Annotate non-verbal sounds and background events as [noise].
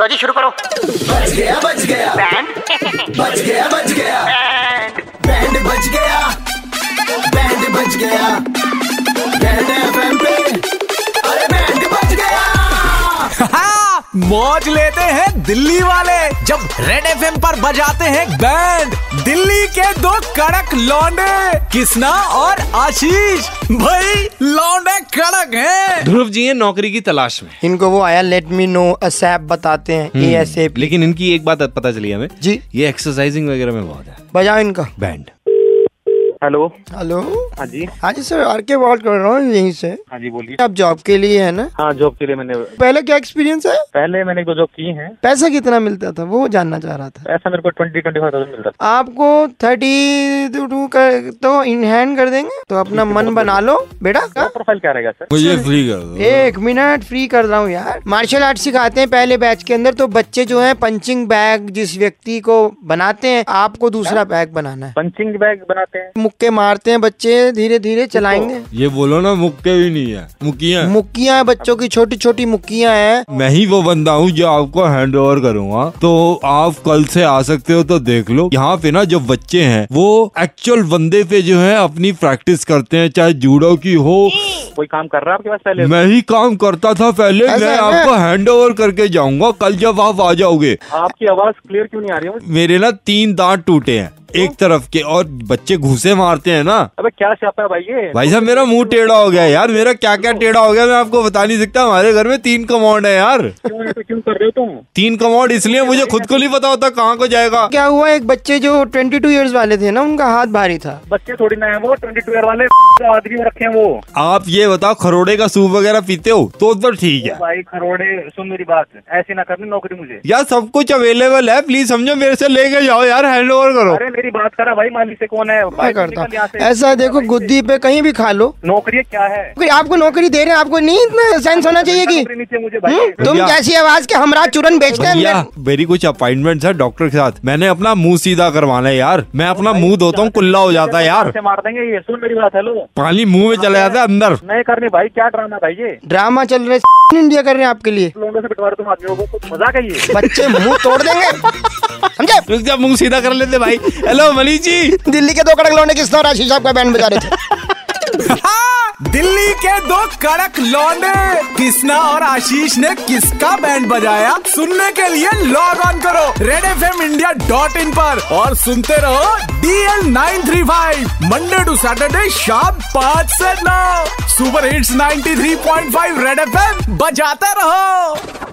लो जी तो शुरू करो बच गया बच गया बैंड बच गया बच गया बैंड बच गया बैंड बच गया बैंड एफएम पे अरे बैंड बच गया हाँ, मौज लेते हैं दिल्ली वाले जब रेड एफ पर बजाते हैं बैंड दिल्ली के दो कड़क लौंडे किसना और आशीष भाई लौंडे कड़क हैं ध्रुव जी हैं नौकरी की तलाश में इनको वो आया लेट मी नो असैप बताते हम्म। हैं ए एस ए लेकिन इनकी एक बात पता चली हमें जी। ये एक्सरसाइजिंग वगैरह में बहुत है बजाओ इनका बैंड हेलो हेलो हाँ जी हाँ जी सर आर के बात कर रहा हूँ यहीं से हाँ जी बोलिए आप जॉब के लिए है ना हाँ जॉब के लिए मैंने पहले क्या एक्सपीरियंस है पहले मैंने दो जॉब की है पैसा कितना मिलता था वो जानना चाह रहा था ऐसा मेरे को ट्वेंटी ट्वेंटी फाइव थाउजेंड मिलता आपको थर्टी टू कर तो इन हैंड कर देंगे तो अपना मन बना लो बेटा था प्रोफाइल क्या रहेगा सर मुझे फ्री कर दो एक मिनट फ्री कर रहा हूँ यार मार्शल आर्ट सिखाते हैं पहले बैच के अंदर तो बच्चे जो हैं पंचिंग बैग जिस व्यक्ति को बनाते हैं आपको दूसरा हाँ। बैग बनाना है पंचिंग बैग बनाते हैं मुक्के मारते हैं बच्चे धीरे धीरे [laughs] चलाएंगे ये बोलो ना मुक्के भी नहीं है मुक्कियाँ मुक्कियां हैं बच्चों की छोटी छोटी मुक्कियां हैं मैं ही वो बंदा हूँ जो आपको हैंड ओवर करूंगा तो आप कल से आ सकते हो तो देख लो यहाँ पे ना जो बच्चे हैं वो एक्चुअल बंदे पे जो है अपनी प्रैक्टिस करते हैं चाहे जूडो की हो कोई काम कर रहा है आपके पास पहले मैं ही काम करता था पहले ऐसा मैं है ना? आपको हैंड ओवर करके जाऊंगा कल जब आप आ जाओगे Hmm. आपकी आवाज क्लियर क्यों नहीं आ रही है मेरे ना तीन दांत टूटे हैं एक तरफ के और बच्चे घुसे मारते हैं ना अबे क्या छापा है भाई ये भाई साहब मेरा मुंह टेढ़ा हो गया यार मेरा क्या क्या टेढ़ा हो गया मैं आपको बता नहीं सकता हमारे घर में तीन कमांड है यार क्यों ऐसे क्यों कर रहे हो तुम तीन कमांड इसलिए मुझे खुद को नहीं पता होता कहाँ को जाएगा क्या हुआ एक बच्चे जो 22 टू ईयर्स वाले थे ना उनका हाथ भारी था बच्चे थोड़ी ना है वो ट्वेंटी टू ईयर वाले आदमी में रखे हैं वो आप ये बताओ खरोड़े का सूप वगैरह पीते हो तो तो ठीक है भाई खरोड़े सुन मेरी बात ऐसे ना करनी नौकरी मुझे यार सब कुछ अवेलेबल है प्लीज समझो मेरे से लेके जाओ यार हैंड ओवर करो अरे मेरी बात करा भाई मालिक से कौन है मैं भाई करता निकल यहाँ हूँ से। ऐसा देखो गुद्दी पे कहीं भी खा लो नौकरी क्या है कोई आपको नौकरी दे रहे हैं आपको नहीं इतना सेंस होना चाहिए कि नौकरी नहीं चाहिए मुझे हम्म, भाई तुम कैसी आवाज के हमरा चूरन बेचते हैं भैया मेरी कुछ अपॉइंटमेंट है डॉक्टर के साथ मैंने अपना मुंह सीधा करवाना है यार मैं अपना मुंह धोता हूँ कुल्ला हो जाता है यार से मार देंगे ये सुन मेरी बात हेलो पानी मुंह में चला जाता है अंदर नहीं करनी भाई क्या ड्रामा भाई ये ड्रामा चल रहा है [laughs] इंडिया कर रहे हैं आपके लिए लोगों से बिटवा रहे तुम आदमियों को कुछ मजाक है ये बच्चे मुंह तोड़ देंगे [laughs] समझे रुक जा मुंह सीधा कर लेते भाई हेलो मनीष जी दिल्ली के दो कड़क लौंडे किस तरह आशीष साहब का बैंड बजा रहे थे हाँ, दिल्ली के दो कड़क लौंडे किसना और आशीष ने किसका बैंड बजाया सुनने के लिए लॉग ऑन करो Red F M India dot in पर और सुनते रहो DL nine three five Monday to Saturday शाम पाँच से नौ super hits 93.5 three point five Red F M बजाते रहो